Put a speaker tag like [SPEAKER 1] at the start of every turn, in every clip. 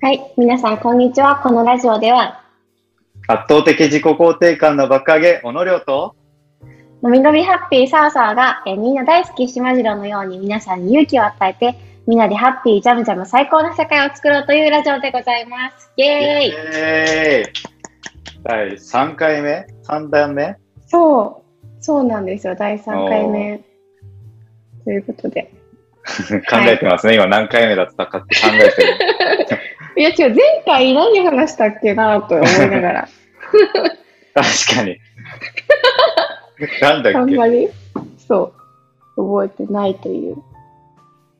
[SPEAKER 1] はい、皆さん、こんにちは。このラジオでは、
[SPEAKER 2] 圧倒的自己肯定感の爆上げ、小野亮と、
[SPEAKER 1] のびのびハッピーサーサーが、えーみんな大好き島次郎のように皆さんに勇気を与えて、みんなでハッピー、ジャムジャム最高な世界を作ろうというラジオでございます。イエーイ
[SPEAKER 2] エーイ第3回目 ?3 段目
[SPEAKER 1] そう、そうなんですよ。第3回目。ということで。
[SPEAKER 2] 考えてますね、今何回目だったかって考えて る。
[SPEAKER 1] いや、違う、前回何話したっけなと思い ながら。
[SPEAKER 2] 確かに。なんだ
[SPEAKER 1] あ
[SPEAKER 2] っ
[SPEAKER 1] ん
[SPEAKER 2] け
[SPEAKER 1] まり、そう、覚えてないという。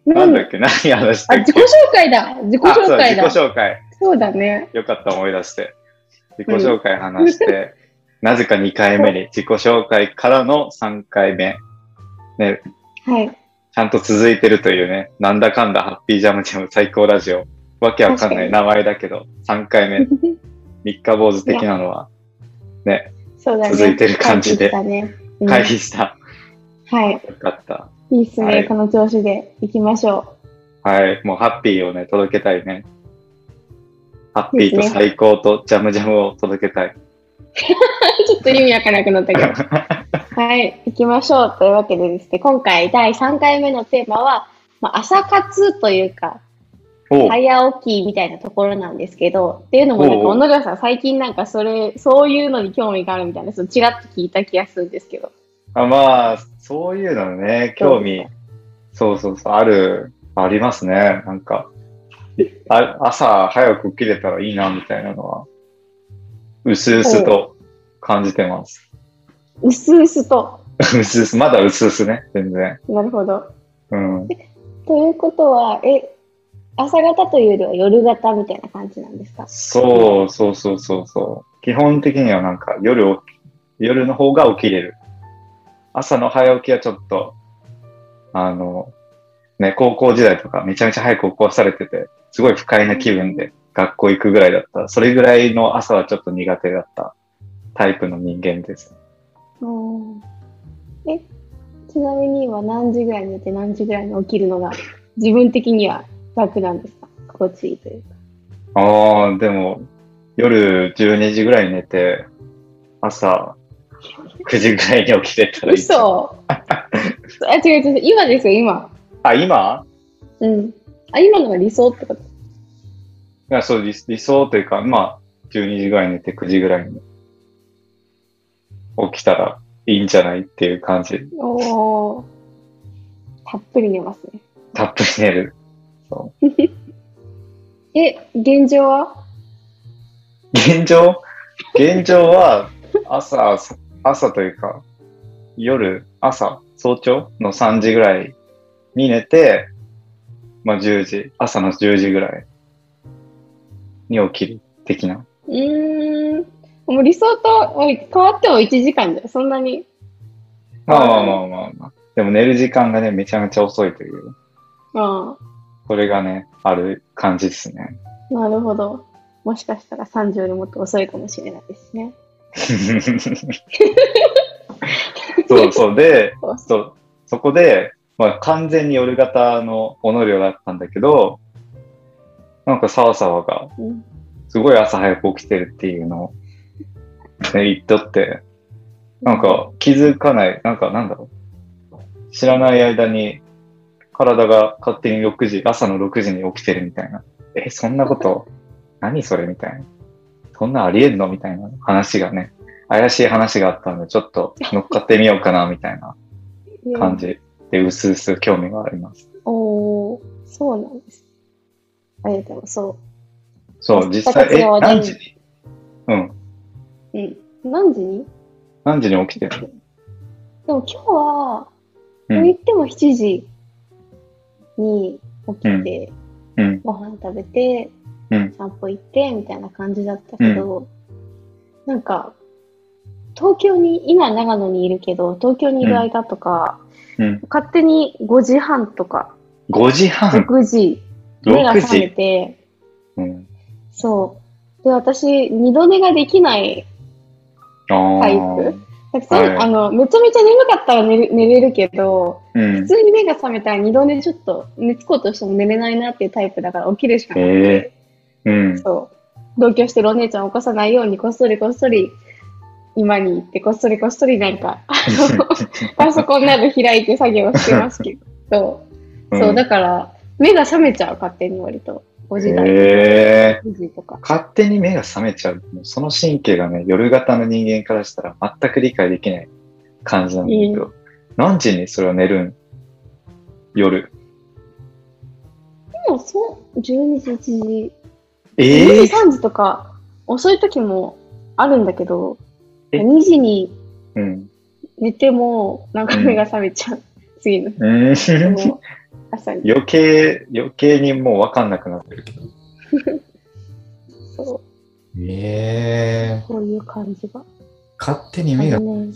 [SPEAKER 2] なんだっけ何話して
[SPEAKER 1] あ、
[SPEAKER 2] る
[SPEAKER 1] 自己紹介だ自己
[SPEAKER 2] あそう
[SPEAKER 1] 紹介だ
[SPEAKER 2] 自己紹介。
[SPEAKER 1] そうだね。
[SPEAKER 2] よかった、思い出して。自己紹介話 して、なぜか2回目に、自己紹介からの3回目。
[SPEAKER 1] はい。
[SPEAKER 2] ちゃんと続いてるというね、なんだかんだハッピージャムジャム最高ラジオ。わけわかんない
[SPEAKER 1] 確
[SPEAKER 2] 名前だけど、3回 目、三日坊主的なのは
[SPEAKER 1] そうだね。
[SPEAKER 2] 続いてる感じで
[SPEAKER 1] 回避したねうん
[SPEAKER 2] 回避した。
[SPEAKER 1] はい。
[SPEAKER 2] よかった。
[SPEAKER 1] いいっすね、
[SPEAKER 2] はい
[SPEAKER 1] この調子でいきましょ
[SPEAKER 2] はい。もうハッピーをね、届けたいね。ハッピーと最高とジャムジャムを届けたい。
[SPEAKER 1] う。ちょっと意味わからなくなったけど。 はい。いきましょう。というわけでですね、今回第3回目のテーマは、まあ、朝活というか、
[SPEAKER 2] おう
[SPEAKER 1] 早起きみたいなところなんですけど、っていうのも、なん
[SPEAKER 2] お
[SPEAKER 1] か、
[SPEAKER 2] うおう
[SPEAKER 1] 小野寺さん、最近なんか、それ、そういうのに興味があるみたいな、そう、ちらっと聞いた気がするんですけど。
[SPEAKER 2] あまあ、そういうのね、興味、そうそうそう、ある、ありますね。なんか、あ朝早く起きれたらいいな、みたいなのは、うすうすと感じてます。
[SPEAKER 1] うすうすと。
[SPEAKER 2] うすうす、まだうすうすね、全然。
[SPEAKER 1] なるほど。
[SPEAKER 2] うん。
[SPEAKER 1] ということは、え、朝方というよりは夜型みたいな感じなんですか
[SPEAKER 2] そうそうそうそうそう。基本的にはなんか夜起き、夜の方が起きれる。朝の早起きはちょっと、あの、ね、高校時代とかめちゃめちゃ早く起こされてて、すごい不快な気分で学校行くぐらいだった。それぐらいの朝はちょっと苦手だったタイプの人間です。
[SPEAKER 1] うん。え、ちなみに今何時ぐらいに寝て何時ぐらいに起きるのが自分的には楽なんですか心地いいというか。
[SPEAKER 2] ああ、でも、夜12時ぐらいに寝て、朝9時ぐらいに起きれたらいい。
[SPEAKER 1] 嘘あ、違う違う、今ですよ、今。
[SPEAKER 2] あ、今
[SPEAKER 1] うん。あ、今のが理想ってこと
[SPEAKER 2] いや、そう、理理想というか、まあ、12時ぐらいに寝て9時ぐらいに起きたらいいんじゃないっていう感じ。
[SPEAKER 1] おー。たっぷり寝ますね。
[SPEAKER 2] たっぷり寝る。 そ
[SPEAKER 1] え、現状は
[SPEAKER 2] う。現状現状は、朝、朝というか、夜、朝、早朝の3時ぐらいに寝て、まあ10時、朝の10時ぐらいに起きる的な。
[SPEAKER 1] うーん。もう理想とおい変わっても1時間じゃんそんなに。
[SPEAKER 2] まあまあまあまあまあ。でも寝る時間がね、めちゃめちゃ遅いという。
[SPEAKER 1] うん。
[SPEAKER 2] それがね、ある感じですね。
[SPEAKER 1] なるほど。もしかしたら30よりもっと遅いかもしれないですね。
[SPEAKER 2] そうそう。で、
[SPEAKER 1] そう
[SPEAKER 2] そうそこで、まあ、完全に夜型のおのりょうだったんだけど、なんかサワサワが、
[SPEAKER 1] うん
[SPEAKER 2] すごい朝早く起きてるっていうのを、ね、言っとって、なんか気づかない、なんかなんだろう。知らない間に、体が勝手に6時、朝の6時に起きてるみたいな。え、そんなこと、何それみたいな。そんなありえんのみたいな話がね、怪しい話があったので、ちょっと乗っかってみようかな、みたいな感じで、うすうす興味があります。
[SPEAKER 1] おお、そうなんです。あれでもそ
[SPEAKER 2] そう、実際、
[SPEAKER 1] 私たち
[SPEAKER 2] え、何時
[SPEAKER 1] はね
[SPEAKER 2] にうん、
[SPEAKER 1] う。うん。何時に
[SPEAKER 2] 何時に起きて
[SPEAKER 1] で
[SPEAKER 2] る
[SPEAKER 1] も今日は、
[SPEAKER 2] う
[SPEAKER 1] と言
[SPEAKER 2] ん、
[SPEAKER 1] っても7時に起きて、
[SPEAKER 2] うん、
[SPEAKER 1] ご飯食べて、
[SPEAKER 2] うん
[SPEAKER 1] 散歩行って、みたいな感じだったけど、なんか、東京に、今長野にいるけど、東京にいる間とか、
[SPEAKER 2] うん。
[SPEAKER 1] 勝手に5時半とか、
[SPEAKER 2] 5時半、
[SPEAKER 1] 6時、目が
[SPEAKER 2] 6
[SPEAKER 1] 覚め
[SPEAKER 2] 時。
[SPEAKER 1] て、
[SPEAKER 2] うん、
[SPEAKER 1] そう。で、私、二度寝ができない。
[SPEAKER 2] ああ
[SPEAKER 1] タイ
[SPEAKER 2] ー
[SPEAKER 1] プ。たくさ
[SPEAKER 2] は
[SPEAKER 1] ん、
[SPEAKER 2] い
[SPEAKER 1] あの、めちゃめちゃ眠かったら寝れ寝れるけど、
[SPEAKER 2] うん
[SPEAKER 1] 普。通に目が覚めたら二度寝ちょっと寝つこうとしても寝れないなっていうタイプだから起きるしかなくて、
[SPEAKER 2] え
[SPEAKER 3] うん。
[SPEAKER 1] そう。同居してるお姉ちゃんを起こさないように、こっそりこっそり、今に行って、こっそりこっそりなんか、あのパソコンなど開いて作業してますけど、そう。そう、だから、目が覚めちゃう、勝手に割と。5時台、
[SPEAKER 3] え
[SPEAKER 1] 5時とか。
[SPEAKER 3] 勝手に目が覚めちゃう。もうその神経がね、夜型の人間からしたら全く理解できない感じなんだけど、何時にそれは寝るん夜。
[SPEAKER 1] でも、そう、12時、1時、
[SPEAKER 3] え
[SPEAKER 1] 2
[SPEAKER 3] え
[SPEAKER 1] 時、3時とか、遅い時もあるんだけど、
[SPEAKER 3] え
[SPEAKER 1] 2時に
[SPEAKER 3] うん。
[SPEAKER 1] 寝ても、なんか目が覚めちゃう。次の日
[SPEAKER 3] うん。
[SPEAKER 1] の朝に。
[SPEAKER 3] 余計、余計にもうわかんなくなってる。
[SPEAKER 1] そう。
[SPEAKER 2] ええ
[SPEAKER 1] こういう感じが。
[SPEAKER 2] 勝手に
[SPEAKER 1] あ
[SPEAKER 2] 目が
[SPEAKER 1] る。ね、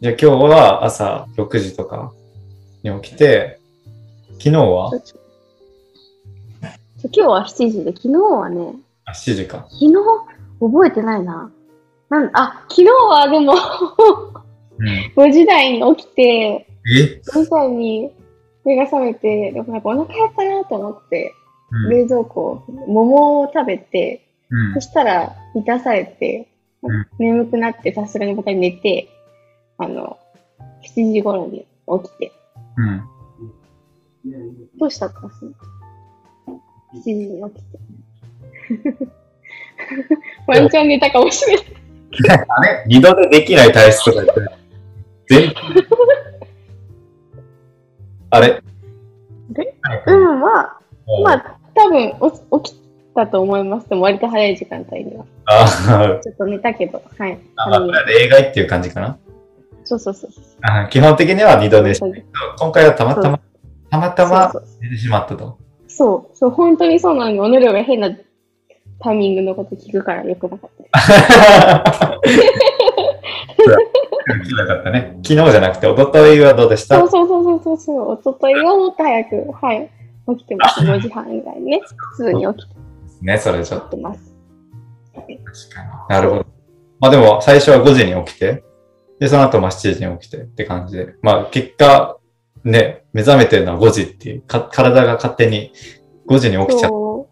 [SPEAKER 2] じゃあ今日は朝6時とかに起きて、昨日は
[SPEAKER 1] そう今日は7時で、昨日はね、
[SPEAKER 2] あ ?7 時か。
[SPEAKER 1] 昨日覚えてないな。なんあ、昨日はでも
[SPEAKER 2] うん、
[SPEAKER 1] 5時台に起きて、
[SPEAKER 2] え
[SPEAKER 1] 5時台に目が覚めて、でもなんかお腹減ったなと思って、
[SPEAKER 2] うん
[SPEAKER 1] 冷蔵庫、桃を食べて、
[SPEAKER 2] うん
[SPEAKER 1] そしたら満たされて
[SPEAKER 2] うん、
[SPEAKER 1] 眠くなってさすがにまた寝て、あの、7時頃に起きて、
[SPEAKER 2] うん。
[SPEAKER 1] どうしたかす ?7 時 に起きて。ワンチャン寝たかもしれない。
[SPEAKER 2] あれ二度でできない体質とか言ってる。全あれ
[SPEAKER 1] うん、まあ、
[SPEAKER 2] もう
[SPEAKER 1] まあ、多分お起きたと思います。でも割と早い時間帯には。
[SPEAKER 2] あ
[SPEAKER 1] ちょっと寝たけど、はい。
[SPEAKER 2] あ、ま
[SPEAKER 1] あの
[SPEAKER 2] あ、例外っていう感じかな。
[SPEAKER 1] そうそうそうそう。
[SPEAKER 2] あ基本的には二度でしたけど、今回はたまたま、たまたま
[SPEAKER 1] そうそう
[SPEAKER 2] 寝てしまった と。
[SPEAKER 1] そう、そう、本当にそうなのに、おのりょうが変なタイミングのこと聞くからよくなかったで
[SPEAKER 2] 昨日だったね。昨日じゃなくて、一昨日はどうでし
[SPEAKER 1] す。
[SPEAKER 2] た
[SPEAKER 1] そうそうそうそうそうそう、おとといはもっと早く、はい。起きてます。5時半ぐらい にね。普通に起き
[SPEAKER 2] ね、それちょって
[SPEAKER 1] ます。
[SPEAKER 2] と。なるほど。まあでも、最初は5時に起きて、で、その後、まあ7時に起きてって感じで。まあ、結果、ね、目覚めてるのは5時っていう、か体が勝手に5時に起きちゃう。
[SPEAKER 1] そ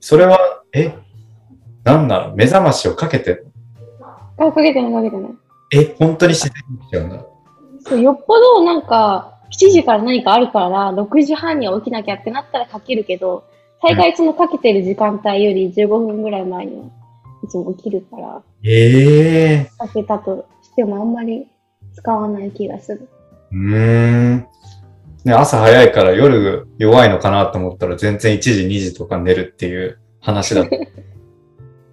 [SPEAKER 2] それは、えなんなの目覚ましをかけて、
[SPEAKER 1] う。あ、かけてないかけてない。
[SPEAKER 2] え、本当に自然に起きちゃうんだ。
[SPEAKER 1] そうよっぽどなんか、7時から何かあるから、6時半には起きなきゃってなったらかけるけど、大概そのかけてる時間帯より15分ぐらい前にはいつも起きるから、
[SPEAKER 2] ええ
[SPEAKER 1] かけたとしてもあんまり使わない気がする。
[SPEAKER 2] うーん。ね、朝早いから夜弱いのかなと思ったら全然1時、2時とか寝るっていう話だった。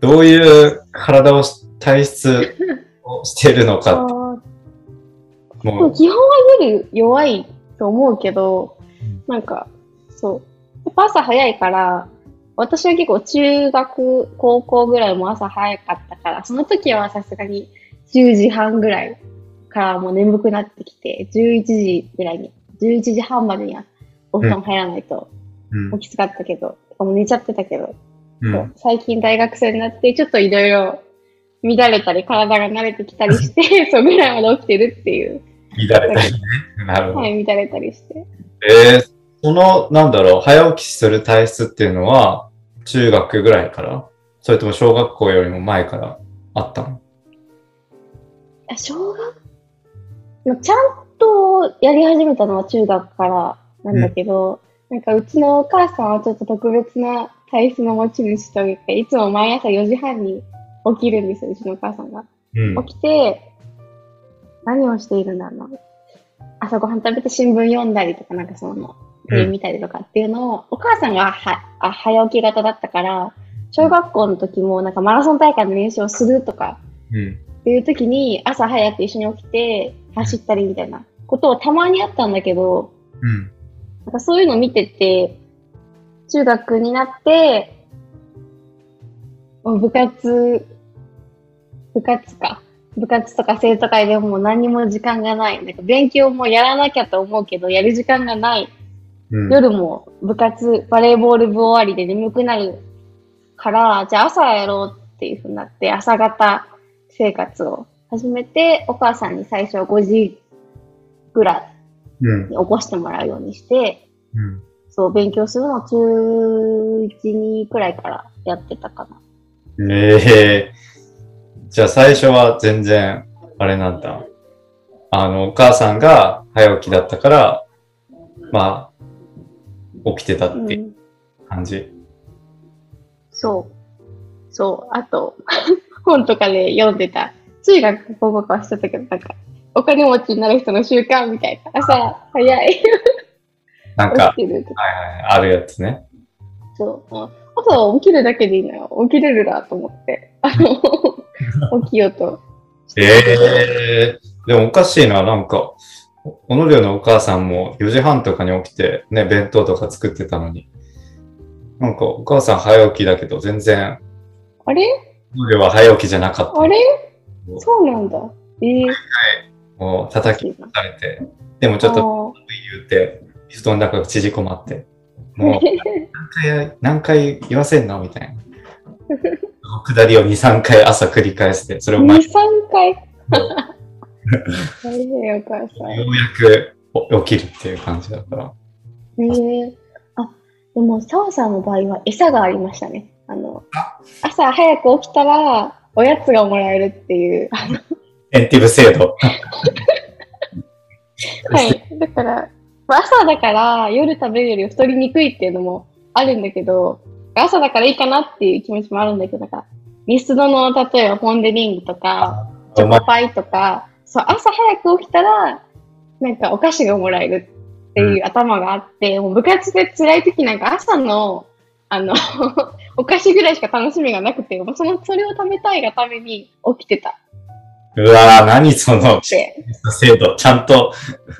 [SPEAKER 2] どういう体をし、体質をしてるの
[SPEAKER 1] あ
[SPEAKER 2] か、
[SPEAKER 1] ーで
[SPEAKER 2] も
[SPEAKER 1] も
[SPEAKER 2] う、
[SPEAKER 1] 基本は夜弱いと思うけど、なんか、そう。やっぱ朝早いから、私は結構中学、高校ぐらいも朝早かったから、その時はさすがに10時半ぐらいからもう眠くなってきて、11時ぐらいに、11時半までにはお布団入らないと
[SPEAKER 2] うん
[SPEAKER 1] 起きつかったけど、もう寝ちゃってたけど、
[SPEAKER 2] う
[SPEAKER 1] そ
[SPEAKER 2] ん
[SPEAKER 1] う最近大学生になって、ちょっといろいろ乱れたり、体が慣れてきた りして、そうぐらいまで起きてるっていう、
[SPEAKER 2] 乱れたりね。なるほど。
[SPEAKER 1] はい、乱れたりして。
[SPEAKER 2] えーその、なんだろう、早起きする体質っていうのは、中学ぐらいからそれとも小学校よりも前からあったの
[SPEAKER 1] あ小学まあちゃんとやり始めたのは中学からなんだけど、なんかうちのお母さんはちょっと特別な体質の持ち主というか、いつも毎朝4時半に起きるんですよ、うちのお母さんが。
[SPEAKER 2] うん。
[SPEAKER 1] 起きて、何をしているんだろう。朝ごはん食べて新聞読んだりとか、なんかその、
[SPEAKER 2] うん
[SPEAKER 1] テレビ見たりとかっていうのを、お母さんがはあ早起き型だったから、小学校の時もなんかマラソン大会の練習をするとか、
[SPEAKER 2] うん。
[SPEAKER 1] っていう時に朝早く一緒に起きて走ったりみたいなことをたまにあったんだけど、
[SPEAKER 2] うん。
[SPEAKER 1] なんかそういうの見てて、中学になって、もう部活、部活か。部活とか生徒会でもう何にも時間がない。なんか勉強もやらなきゃと思うけど、やる時間がない。
[SPEAKER 2] うん。
[SPEAKER 1] 夜も部活、バレーボール部終わりで眠くなるから、じゃあ朝やろうっていうふうになって、朝方生活を始めて、お母さんに最初5時ぐらい
[SPEAKER 2] うん。
[SPEAKER 1] に起こしてもらうようにして、
[SPEAKER 2] うん。
[SPEAKER 1] そう、勉強するのは中1、2くらいからやってたかな。
[SPEAKER 2] ええじゃあ最初は全然、あれなんだ。あの、お母さんが早起きだったから、まあ、起きてた
[SPEAKER 1] う、
[SPEAKER 2] っていうん感じ。
[SPEAKER 1] そう。そう。あと、 本とかで、読んでた。中学、高校はしてたけど、なんか、お金持ちになる人の習慣みたいな。朝、早い。
[SPEAKER 2] なん
[SPEAKER 1] 起
[SPEAKER 2] か
[SPEAKER 1] き、てるとか。
[SPEAKER 2] あるやつね。
[SPEAKER 1] そう。もう朝起きるだけでいいのよ。起きれるなと思 って。あの、起きようと。
[SPEAKER 2] ええでもおかしいな、なんか、おのりょうのお母さんも4時半とかに起きて、ね、弁当とか作ってたのに。なんか、お母さん早起きだけど、全然、
[SPEAKER 1] あれ
[SPEAKER 2] おのりょうは早起きじゃなかった。
[SPEAKER 1] あれそうなんだ。えー、
[SPEAKER 2] もう叩き出されて、でもちょっと
[SPEAKER 1] と。
[SPEAKER 2] 言うて、布団の中が縮こまって、
[SPEAKER 1] あー
[SPEAKER 2] もう何回何回言わせんのみたいな。その下りを2、3回朝繰り返して、それを毎
[SPEAKER 1] 2、
[SPEAKER 2] 日
[SPEAKER 1] 3回。 大変よ、お母さん。
[SPEAKER 2] ようやくお起きるっていう感じだから。
[SPEAKER 1] ええあ、でも、澤さんの場合は餌がありましたね。あの、朝早く起きたら、おやつがもらえるっていう。は
[SPEAKER 2] エンティブ制 度。
[SPEAKER 1] い。だから、まあ朝だから夜食べるより太りにくいっていうのもあるんだけど、朝だからいいかなっていう気持ちもあるんだけど、なんか、ミスドの、例えばポンデリングとか、チ
[SPEAKER 2] う
[SPEAKER 1] ョ
[SPEAKER 2] ま
[SPEAKER 1] コパイとか、そう、朝早く起きたら、なんかお菓子がもらえるっていう頭があって、もう部活で辛い時なんか朝の、あの、 お菓子ぐらいしか楽しみがなくて、もうその、それを食べたいがために起きてたっ
[SPEAKER 2] うわぁ、何その
[SPEAKER 1] て。
[SPEAKER 2] 制度。ちゃんと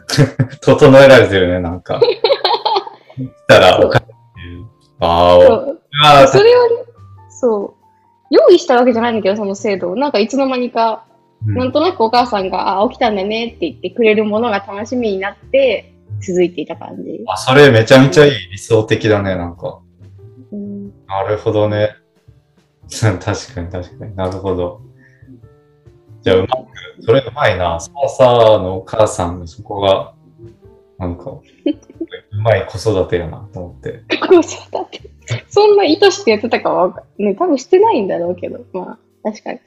[SPEAKER 2] 整えられてるね、なんか。したらおかしい。あー
[SPEAKER 1] そう。
[SPEAKER 2] うわ
[SPEAKER 1] そ
[SPEAKER 2] ぁ
[SPEAKER 1] れをね、そう。用意したわけじゃないんだけど、その制度を。なんかいつの間にか、
[SPEAKER 2] うん
[SPEAKER 1] なんとなくお母さんが、あ、起きたんだねって言ってくれるものが楽しみになって、続いていた感じ。
[SPEAKER 2] あそれめちゃめちゃいい理想的だね、なんか。
[SPEAKER 1] うん、
[SPEAKER 2] なるほどね。 確かに確かになるほど。じゃあうまく、それうまいな。サーサーのお母さんのそこが、なんか、 うまい子育てやなと思って。
[SPEAKER 1] 子育て。そんな意図してやってたかはわかんね、多分してないんだろうけど、まあ、確かに。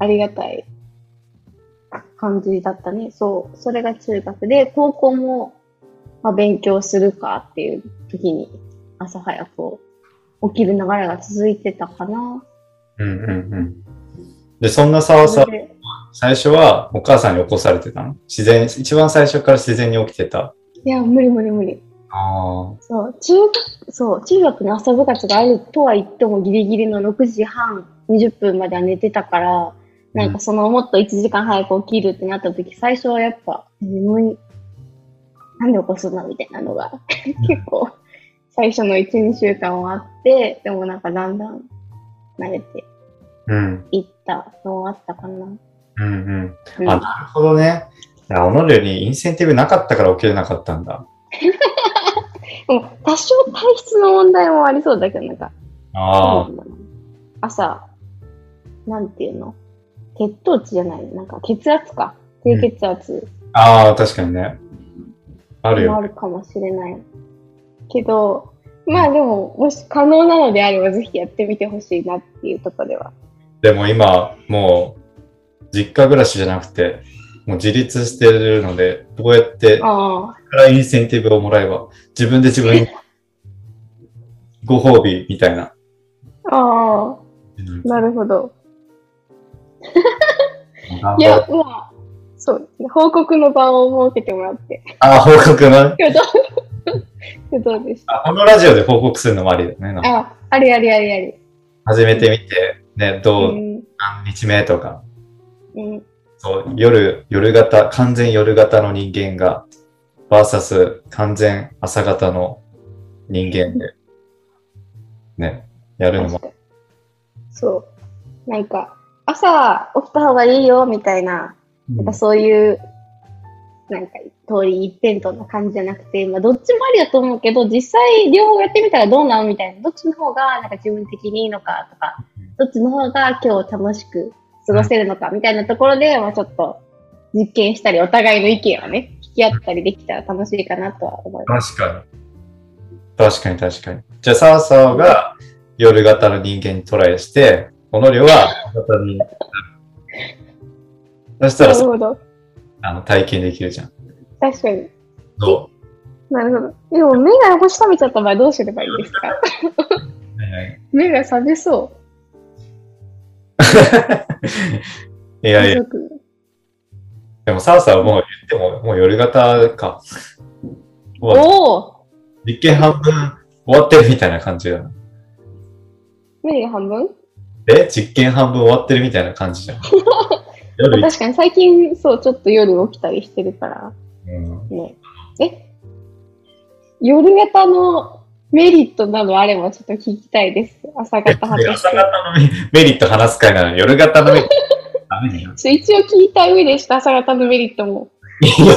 [SPEAKER 1] ありがたい感じだったね。そう。それが中学で、高校も、まあ、勉強するかっていう時に、朝早く起きる流れが続いてたかな。
[SPEAKER 2] うんうんうん。で、そんなサーサ
[SPEAKER 1] そ
[SPEAKER 2] ー、
[SPEAKER 1] れで
[SPEAKER 2] 最初はお母さんに起こされてたの自然、一番最初から自然に起きてた。
[SPEAKER 1] いや、無理無理無理。
[SPEAKER 2] ああ。
[SPEAKER 1] そう、中学、そう、中学の朝部活があるとは言ってもギリギリの6時半20分までは寝てたから、なんかそのもっと1時間早く起きるってなった時、最初はやっぱ眠い、なんで起こすのみたいなのが結構最初の1、2週間はあって、でもなんかだんだん慣れて
[SPEAKER 2] うん。
[SPEAKER 1] いったのはあったかな。
[SPEAKER 2] うんうん。
[SPEAKER 1] うん
[SPEAKER 2] あ、なるほどね。いや、おのりょにインセンティブなかったから起きれなかったんだ。
[SPEAKER 1] でも多少体質の問題もありそうだけど、なんか
[SPEAKER 2] ああ。
[SPEAKER 1] 朝、なんていうの血糖値じゃないなんか血圧か。低血圧
[SPEAKER 2] ああ、確かにね。ある
[SPEAKER 1] も
[SPEAKER 2] よ。
[SPEAKER 1] あるかもしれない。けど、まあでも、もし可能なのであれば、ぜひやってみてほしいなっていうところでは。
[SPEAKER 2] でも今、もう、実家暮らしじゃなくて、もう自立してるので、どうやって、か
[SPEAKER 1] あ
[SPEAKER 2] らインセンティブをもらえば、自分で自分に、ご褒美みたいな。
[SPEAKER 1] あ、ああ、なるほど。
[SPEAKER 2] 頑張ろ
[SPEAKER 1] いや
[SPEAKER 2] う、
[SPEAKER 1] まあ、そう、報告の場を設けてもらって。
[SPEAKER 2] ああ、報告な。
[SPEAKER 1] 今日どう今日どうでした
[SPEAKER 2] あこのラジオで報告するのもありだよね。なんか
[SPEAKER 1] あ、ありありありあり。
[SPEAKER 2] 始めてみて、ね、
[SPEAKER 1] う
[SPEAKER 2] どう、
[SPEAKER 1] ん、
[SPEAKER 2] 何日目とか、
[SPEAKER 1] うん、
[SPEAKER 2] そう、夜、夜型、完全夜型の人間が、バーサス完全朝型の人間で、ね、やるの
[SPEAKER 1] 確
[SPEAKER 2] も、
[SPEAKER 1] かにそう。なんか、朝起きた方がいいよみたいななんかそういう、なんか、通り一辺倒な感じじゃなくて、まあ、どっちもありだと思うけど、実際、両方やってみたらどうなのみたいな。どっちの方が、なんか自分的にいいのかとか、どっちの方が今日楽しく過ごせるのかみたいなところで、まあ、ちょっと、実験したり、お互いの意見をね、聞き合ったりできたら楽しいかなとは思いま
[SPEAKER 2] 確かに。確かに確かに。じゃあ、サーサーが夜型の人間にトライして、おのりょは朝型になる。そした
[SPEAKER 1] な
[SPEAKER 2] ら
[SPEAKER 1] る
[SPEAKER 2] さ
[SPEAKER 1] ほど。
[SPEAKER 2] あの体験できるじゃん。
[SPEAKER 1] 確かに。
[SPEAKER 2] ど
[SPEAKER 1] なるほど。でも目が星食べちゃった場合どうすればいいですか
[SPEAKER 2] うはい はい
[SPEAKER 1] 目が覚めそ。
[SPEAKER 2] いうやいや、
[SPEAKER 1] 家族
[SPEAKER 2] でもサーサーはもう言っても、もう夜型か。もう
[SPEAKER 1] おお
[SPEAKER 2] 実験半分終わってるみたいな感じだな。
[SPEAKER 1] 目が半分
[SPEAKER 2] え実験半分終わってるみたいな感じ じゃん。夜一
[SPEAKER 1] 確かに最近そう、ちょっと夜起きたりしてるから。
[SPEAKER 2] うん
[SPEAKER 1] ね。え夜型のメリットなどあればちょっと聞きたいです。朝
[SPEAKER 2] え
[SPEAKER 1] 方
[SPEAKER 2] 朝
[SPEAKER 1] 果たして
[SPEAKER 2] 型のメメリット話す会なのに夜型のメリット。ダメだよ。
[SPEAKER 1] ちょ一応聞いた上でした朝方のメリットも。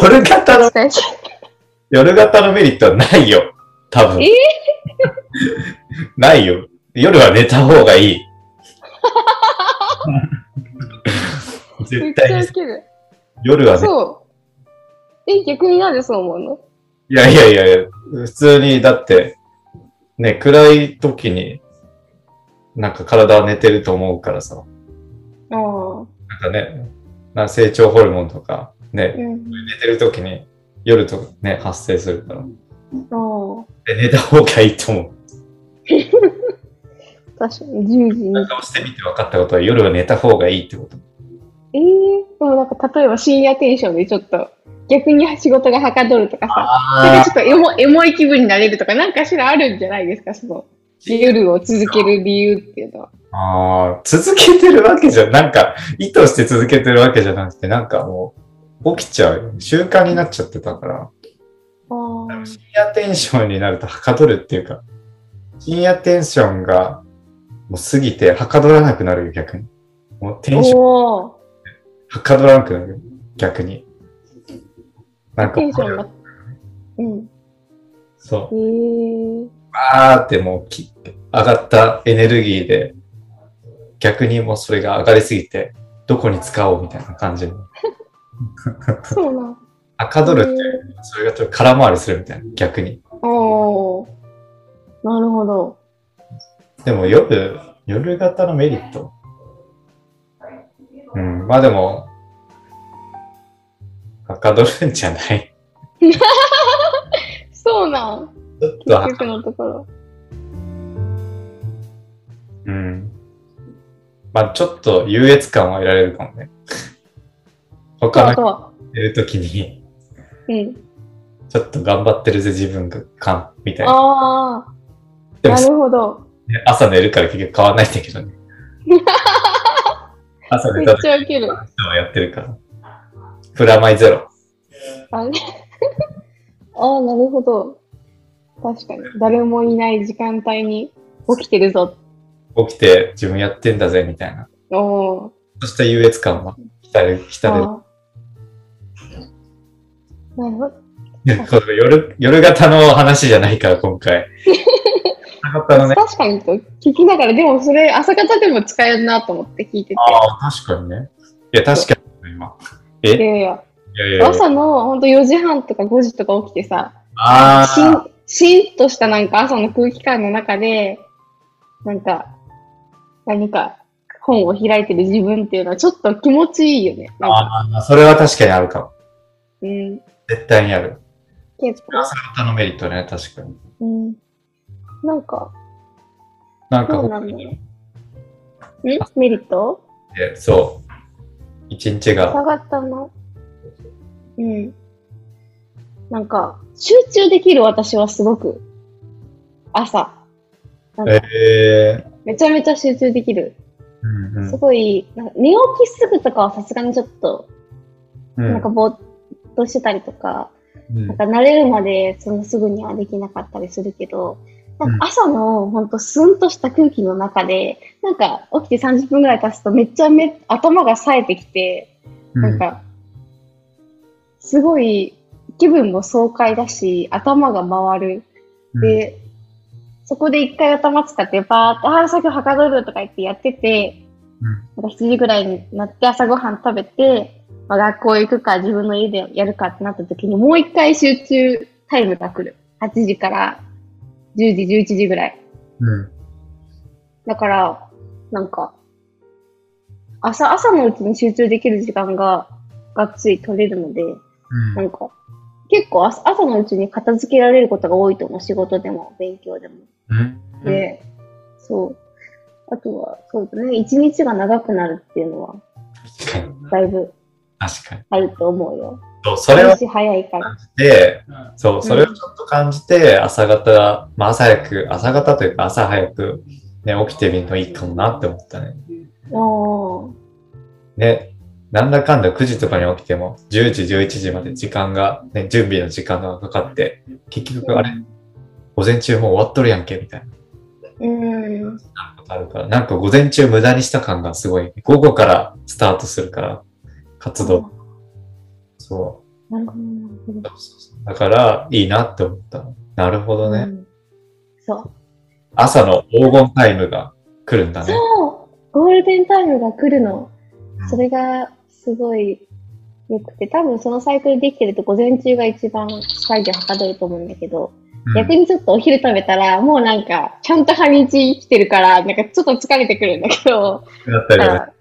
[SPEAKER 2] 夜型の
[SPEAKER 1] お、伝えし
[SPEAKER 2] 夜型のメリットはないよ。多分。
[SPEAKER 1] え
[SPEAKER 2] ないよ。夜は寝た方が いい。
[SPEAKER 1] めっ
[SPEAKER 2] 絶
[SPEAKER 1] ちゃ
[SPEAKER 2] 対
[SPEAKER 1] ウ
[SPEAKER 2] に
[SPEAKER 1] ケる。
[SPEAKER 2] 夜はね。
[SPEAKER 1] そう。え、逆になんでそう思うの
[SPEAKER 2] いやいやいやいや、普通に、だって、ね、暗い時に、なんか体は寝てると思うからさ。
[SPEAKER 1] ああ。
[SPEAKER 2] なんかね、なんか成長ホルモンとか、ね、
[SPEAKER 1] うん。
[SPEAKER 2] 寝てる時に夜とかね、発生するから。
[SPEAKER 1] あ
[SPEAKER 2] で寝た方がいいと思う。
[SPEAKER 1] あ。確かに、10時に。
[SPEAKER 2] 顔してみて分かったことは夜は寝た方がいいってこと。
[SPEAKER 1] ええでもなんか、例えば深夜テンションでちょっと、逆に仕事がはかどるとかさ、なんかちょっとエモエモい気分になれるとか、なんかしらあるんじゃないですか、その、夜を続ける理由っていうのは。
[SPEAKER 2] ああ、続けてるわけじゃ、なんか、意図して続けてるわけじゃなくて、なんかもう、起きちゃうよ。習慣になっちゃってたから。
[SPEAKER 1] ああ。
[SPEAKER 2] 深夜テンションになるとはかどるっていうか、深夜テンションがもう過ぎてはかどらなくなるよ、逆に。もうテンション
[SPEAKER 1] おお。
[SPEAKER 2] はかどらなくなるよ、逆に。なんか
[SPEAKER 1] テ、ンションが。うん。
[SPEAKER 2] そう、
[SPEAKER 1] ええ
[SPEAKER 2] バーってもうき上がったエネルギーで、逆にもうそれが上がりすぎて、どこに使おうみたいな感じに。
[SPEAKER 1] そうなの。
[SPEAKER 2] はかどるっていう、それがちょっと空回りするみたいな、逆に。
[SPEAKER 1] おお。なるほど。
[SPEAKER 2] でも夜、夜型のメリット。うん、まあでも、はかどるんじゃない
[SPEAKER 1] そうなん。
[SPEAKER 2] ちょっとは
[SPEAKER 1] 結局のところ。
[SPEAKER 2] うん。まあちょっと優越感は得られるかもね。
[SPEAKER 1] と
[SPEAKER 2] 他の
[SPEAKER 1] は
[SPEAKER 2] 人
[SPEAKER 1] とは。
[SPEAKER 2] いるときに、
[SPEAKER 1] うん。
[SPEAKER 2] ちょっと頑張ってるぜ、自分が、感、みたいな。
[SPEAKER 1] ああ。
[SPEAKER 2] でも
[SPEAKER 1] な、るほど。
[SPEAKER 2] ね朝寝るから結局変わらないんだけ どね。朝
[SPEAKER 1] め
[SPEAKER 2] 寝
[SPEAKER 1] った
[SPEAKER 2] 時
[SPEAKER 1] ちゃウケる。
[SPEAKER 2] はやってるから。プラマイゼロ。
[SPEAKER 1] あ れああ、なるほど。確かに。誰もいない時間帯に起きてるぞ。
[SPEAKER 2] 起きて自分やってんだぜみたいな。
[SPEAKER 1] おお
[SPEAKER 2] そうした優越感は浸れる、
[SPEAKER 1] ー。
[SPEAKER 2] 浸れる。
[SPEAKER 1] あーなるほど。
[SPEAKER 2] これ 夜、夜型の話じゃないから、今 回。朝方のね。
[SPEAKER 1] 確かにと聞きながら、でもそれ朝方でも使えるなと思って聞いて
[SPEAKER 2] ああ、確かにね。いや、確かに、今。え
[SPEAKER 1] て。いやいや、
[SPEAKER 2] いやいやいや。
[SPEAKER 1] 朝のほんと4時半とか5時とか起きてさ、し
[SPEAKER 2] あ
[SPEAKER 1] ん、しんとしたなんか朝の空気感の中で、なんか、何か本を開いてる自分っていうのはちょっと気持ちいいよね。
[SPEAKER 2] あ、
[SPEAKER 1] なんか
[SPEAKER 2] ああ、それは確かにあるかも。
[SPEAKER 1] うん、
[SPEAKER 2] 絶対にある。
[SPEAKER 1] 結構。
[SPEAKER 2] 朝方のメリットね、確かに。
[SPEAKER 1] うん。なんか、
[SPEAKER 2] なんか
[SPEAKER 1] どう
[SPEAKER 2] こ
[SPEAKER 1] なんだろう。んメリット
[SPEAKER 2] うやって、そう。一日が、
[SPEAKER 1] 下がったのうん。なんか、集中できる私はすごく、朝。
[SPEAKER 2] えー、
[SPEAKER 1] めちゃめちゃ集中できる。
[SPEAKER 2] うん
[SPEAKER 1] すごい、なんか寝起きすぐとかはさすがにちょっと、
[SPEAKER 2] うん。
[SPEAKER 1] なんかぼーっとしてたりとか、
[SPEAKER 2] うん
[SPEAKER 1] なんか慣れるまでそのすぐにはできなかったりするけど、なんか朝のほんとスンとした空気の中で、なんか起きて30分ぐらい経つとめっちゃめ頭が冴えてきて、
[SPEAKER 2] うん
[SPEAKER 1] なんか、すごい気分も爽快だし、頭が回る。で、そこで一回頭使ってバーって、ああ、作業はかどるとか言ってやってて、なんか7時ぐらいになって朝ごはん食べて、まあ、学校行くか自分の家でやるかってなった時にもう一回集中タイムが来る。8時から10時、11時ぐらい。
[SPEAKER 2] うん。
[SPEAKER 1] だから、なんか、朝、朝のうちに集中できる時間ががっつり取れるので、
[SPEAKER 2] う。
[SPEAKER 1] なんんか、結構朝朝のうちに片付けられることが多いと思う。仕事でも、勉強でも。
[SPEAKER 2] うん。
[SPEAKER 1] で、そう。あとは、そうだね。一日が長くなるっていうのは、
[SPEAKER 2] 確かに。
[SPEAKER 1] だいぶ
[SPEAKER 2] 確かに。
[SPEAKER 1] あると思うよ。
[SPEAKER 2] そう、それを
[SPEAKER 1] 私早いから。
[SPEAKER 2] で、そう、それをちょっと感じて、朝方、まあ朝早く、朝方というか朝早く、ね、起きてみるのいいかもなって思ったね。
[SPEAKER 1] おー
[SPEAKER 2] ね、なんだかんだ9時とかに起きても、10時、11時まで時間が、ね、準備の時間がかかって、結局あれ、午前中もう終わっとるやんけ、みたいな
[SPEAKER 1] うん。
[SPEAKER 2] ことあるから、なんか午前中無駄にした感がすごい、午後からスタートするから、活動。そ
[SPEAKER 1] なるほどなるほど
[SPEAKER 2] う。。だから、いいなって思った。なるほどね。
[SPEAKER 1] んそう。
[SPEAKER 2] 朝の黄金タイムが来るんだね。
[SPEAKER 1] そうゴールデンタイムが来るの。それがすごい良くて、多分そのサイクルできてると午前中が一番作業はかどると思うんだけど、
[SPEAKER 2] うん
[SPEAKER 1] 逆にちょっとお昼食べたら、もうなんか、ちゃんと半日生きてるから、なんかちょっと疲れてくるんだけど、
[SPEAKER 2] だったり
[SPEAKER 1] だか
[SPEAKER 2] はね
[SPEAKER 1] ら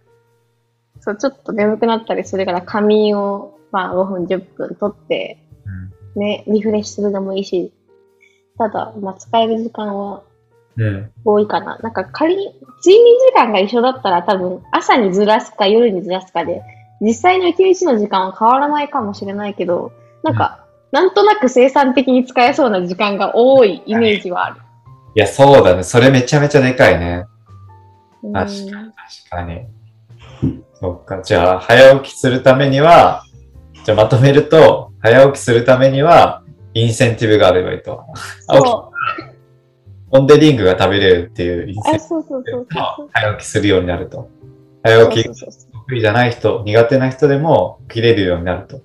[SPEAKER 1] そう、ちょっと眠くなったりするから、仮眠を、まあ、5分、10分取って、ね、リフレッシュするのもいいし、ただ、まあ、使える時間は
[SPEAKER 2] うん。
[SPEAKER 1] 多いかな。なんか仮に、睡眠時間が一緒だったら多分朝にずらすか夜にずらすかで、実際の一日の時間は変わらないかもしれないけど、なんか、なんとなく生産的に使えそうな時間が多いイメージはある。
[SPEAKER 2] いや、そうだね。それめちゃめちゃでかいね。
[SPEAKER 1] うん
[SPEAKER 2] 確かに、確かに。そっか。じゃあ、早起きするためには、じゃあまとめると、早起きするためには、インセンティブがあればいいと。
[SPEAKER 1] そ
[SPEAKER 2] オンデリングが食べれるっていうイン
[SPEAKER 1] う。
[SPEAKER 2] セ
[SPEAKER 1] あ、
[SPEAKER 2] ンテ
[SPEAKER 1] そうそうそ
[SPEAKER 2] ィブ
[SPEAKER 1] う
[SPEAKER 2] と
[SPEAKER 1] そう。
[SPEAKER 2] 早起きするようになると。早起き
[SPEAKER 1] そうそうそう
[SPEAKER 2] 得意じゃない人、苦手な人でも起きれるようになると。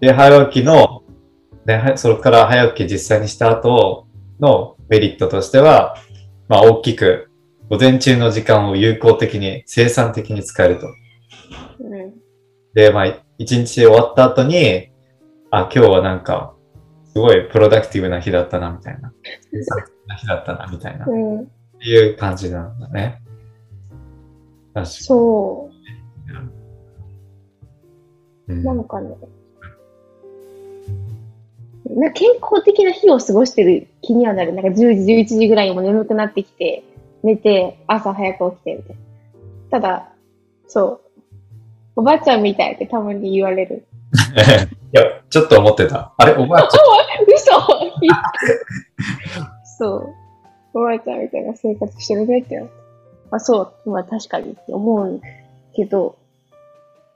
[SPEAKER 2] で、早起きの、ではそれから早起き実際にした後のメリットとしては、まあ大きく、午前中の時間を有効的に、生産的に使えると。
[SPEAKER 1] うん
[SPEAKER 2] で、まあ、一日終わった後に、あ、今日はなんか、すごいプロダクティブな日だったな、みたいな。生産的な日だったな、みたいな。っ
[SPEAKER 1] うん。
[SPEAKER 2] ていう感じなんだね。確か
[SPEAKER 1] そ
[SPEAKER 2] に。う
[SPEAKER 1] う。
[SPEAKER 2] ん
[SPEAKER 1] なのかね。なんか健康的な日を過ごしてる気にはなる。なんか10時、11時ぐらいにも眠くなってきて、寝て、朝早く起きてみたいな。ただ、そう。おばあちゃんみたいってたまに言われる。
[SPEAKER 2] いや、ちょっと思ってた。あれ、おばあちゃん
[SPEAKER 1] 嘘そう。おばあちゃんみたいな生活してるねってなって。あ、そう。まあ確かにって思うけど、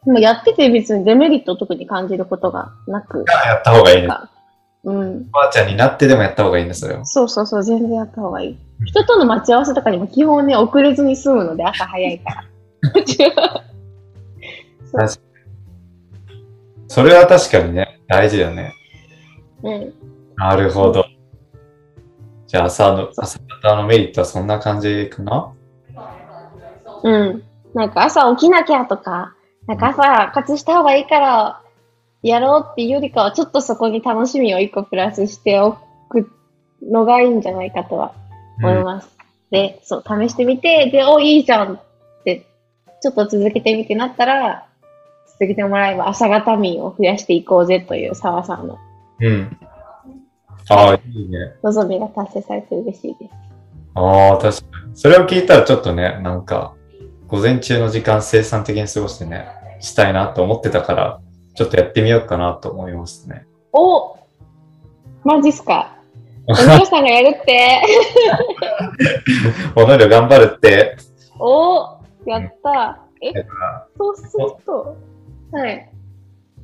[SPEAKER 1] でもやってて別にデメリットを特に感じることがなく、
[SPEAKER 2] がやった方がいいね。
[SPEAKER 1] うん。
[SPEAKER 2] おばあちゃんになってでもやった方がいいんですよ。
[SPEAKER 1] そうそうそう、全然やった方がいい。人との待ち合わせとかにも基本ね、遅れずに済むので、朝早いから。
[SPEAKER 2] それは確かにね、大事だよね。
[SPEAKER 1] うん、
[SPEAKER 2] なるほど。じゃあ、朝の、朝方のメリットはそんな感じかな
[SPEAKER 1] うん。なんか朝起きなきゃとか、なんか朝活した方がいいから、やろうっていうよりかは、ちょっとそこに楽しみを一個プラスしておくのがいいんじゃないかとは思います。で、そう、試してみて、で、お、いいじゃんって、ちょっと続けてみてなったら、続けてもらえば朝方民を増やしていこうぜという澤さんの
[SPEAKER 2] うん。ああ、いいね。
[SPEAKER 1] 望みが達成されて嬉しいです。
[SPEAKER 2] ああ、確かに。それを聞いたらちょっとね、なんか、午前中の時間生産的に過ごしてね、したいなと思ってたから、ちょっとやってみようかなと思いますね。
[SPEAKER 1] おマジっすか お父さんがやるって
[SPEAKER 2] おのり頑張るって、
[SPEAKER 1] おやったえ
[SPEAKER 2] だか
[SPEAKER 1] そうすると、はい。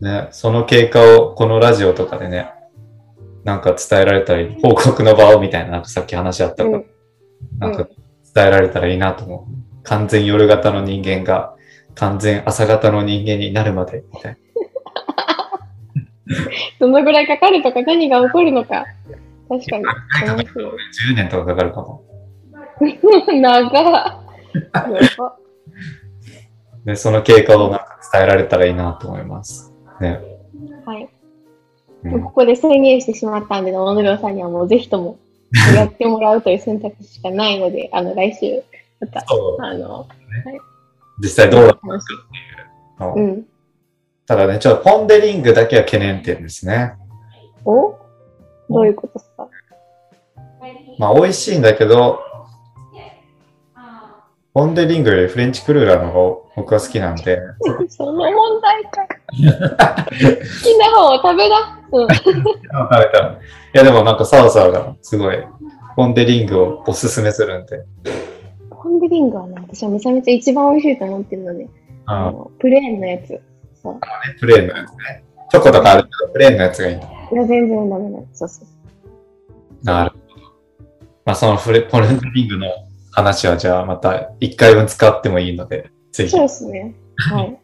[SPEAKER 2] ね、その経過をこのラジオとかでね、なんか伝えられたり、報告の場をみたいな、なんかさっき話あった
[SPEAKER 1] う
[SPEAKER 2] こと、
[SPEAKER 1] ん、
[SPEAKER 2] なんか伝えられたらいいなと思う。完全夜型の人間が、完全朝型の人間になるまで、みたい
[SPEAKER 1] どのぐらいかかるとか何が起こるのか。確 かに。楽し
[SPEAKER 2] な。10年とかかかるかも。
[SPEAKER 1] い。 長っ。やば
[SPEAKER 2] で、その経過をなんか伝えられたらいいなと思います。ね。
[SPEAKER 1] はい。
[SPEAKER 2] うん
[SPEAKER 1] ここで宣言してしまったんで、小野寺さんにはもうぜひ ともやってもらうという選択肢しかないので、あの、来週、また、
[SPEAKER 2] そう
[SPEAKER 1] あの、
[SPEAKER 2] 実際どうだっ
[SPEAKER 1] 楽しい
[SPEAKER 2] たの、
[SPEAKER 1] うん。
[SPEAKER 2] ただね、ちょっとポンデリングだけは懸念点ですね。
[SPEAKER 1] おどういうことですか
[SPEAKER 2] まあ、美味しいんだけど、ポンデリングよりフレンチクルーラーの方、僕は好きなんで、
[SPEAKER 1] その問題か。好きな方を食べな。うん。
[SPEAKER 2] 食べたいや、でもなんかサワサワがすごい、ポンデリングをおすすめするんで。
[SPEAKER 1] ポンデリングはね、私はめちゃめちゃ一番美味しいと思ってるので、あ
[SPEAKER 2] あの
[SPEAKER 1] のプレーンのやつ。そう。
[SPEAKER 2] プレーンのやつね。チョコとかあるけど、プレーンのやつがいいんだ。
[SPEAKER 1] いや、全然ダメなの。そうそう。
[SPEAKER 2] なるほど。まあ、そのフレポンデリングの話は、じゃあまた1回分使ってもいいので、ぜひ
[SPEAKER 1] そう、ですね。 はい。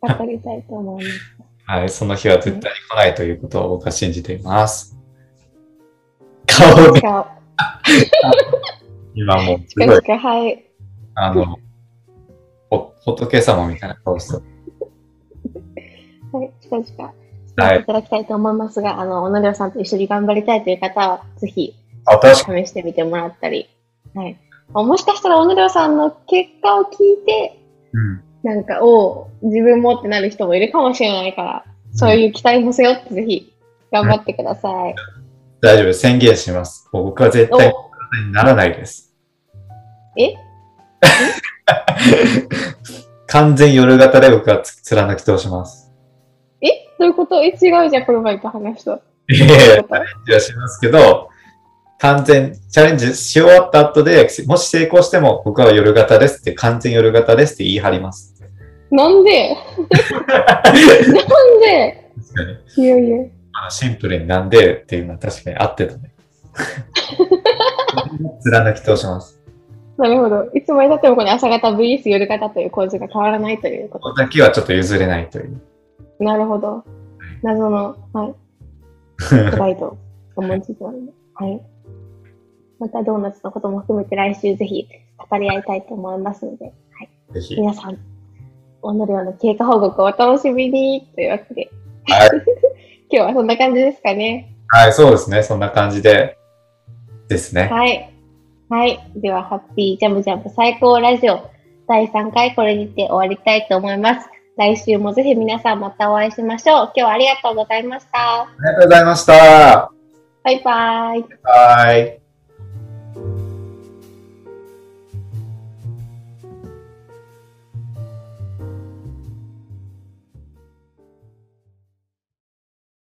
[SPEAKER 1] 語りたいと思います。
[SPEAKER 2] はい、その日は絶対に来ないということを僕は信じています。顔で、
[SPEAKER 1] じゃあ、
[SPEAKER 2] 今もう、すごい
[SPEAKER 1] 近、々、はい。
[SPEAKER 2] あの、ほ仏様みたいな顔してる
[SPEAKER 1] はい、近々。はい、いただきたいと思いますが、あの、小野寺さんと一緒に頑張りたいという方は、ぜひ、
[SPEAKER 2] あ、確か
[SPEAKER 1] 試してみてもらったり、はい。もしかしたら、小野寺さんの結果を聞いて、
[SPEAKER 2] に。うん。
[SPEAKER 1] なんか、おう自分もってなる人もいるかもしれないから、そういう期待も背負って、ぜひ、頑張ってください。
[SPEAKER 2] 大丈夫、宣言します。もう僕は絶対
[SPEAKER 1] お
[SPEAKER 2] にならないです。
[SPEAKER 1] え
[SPEAKER 2] 完全夜型で僕はつ貫き通します。
[SPEAKER 1] えどういうことえ、違うじゃん、この前と話した。
[SPEAKER 2] いやいやチャレンジはしますけど、完全、チャレンジし終わった後で、もし成功しても僕は夜型ですって、完全夜型ですって言い張ります。
[SPEAKER 1] なんでなんで
[SPEAKER 2] 確かに。
[SPEAKER 1] いやいや。
[SPEAKER 2] あシンプルになんでっていうのは確かに合ってた ね。貫き通します。
[SPEAKER 1] なるほど。いつまでたってもこの朝方 VS 夜方という構図が変わらないということ
[SPEAKER 2] ここだけはちょっと譲れないという。
[SPEAKER 1] なるほど。謎の、はい、辛いと思いつつあるので。はい。またドーナツのことも含めて来週ぜひ語り合いたいと思いますので、
[SPEAKER 2] ぜひ。
[SPEAKER 1] 皆さん、おのりょうの経過報告をお楽しみにというわけで、
[SPEAKER 2] はい。
[SPEAKER 1] 今日はそんな感じですかね。
[SPEAKER 2] はい、そうですね。そんな感じで。ですね。
[SPEAKER 1] はい。はい。では、ハッピージャムジャム最高ラジオ第3回これにて終わりたいと思います。来週もぜひ皆さんまたお会いしましょう。今日はありがとうございました。
[SPEAKER 2] ありがとうございました。
[SPEAKER 1] バイバイ。
[SPEAKER 2] はい。